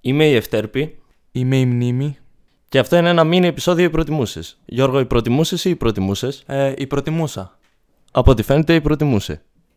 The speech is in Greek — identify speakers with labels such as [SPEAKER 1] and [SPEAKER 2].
[SPEAKER 1] Είμαι η Ευτέρπη
[SPEAKER 2] Είμαι η μνήμη.
[SPEAKER 1] και αυτό είναι ένα μήνυ επεισόδιο οι προτιμούσες. Γιώργο, οι προτιμούσες ή οι προτιμούσες.
[SPEAKER 2] Ε, η προτιμούσα.
[SPEAKER 1] Από ό,τι φαίνεται, οι προτιμούσε.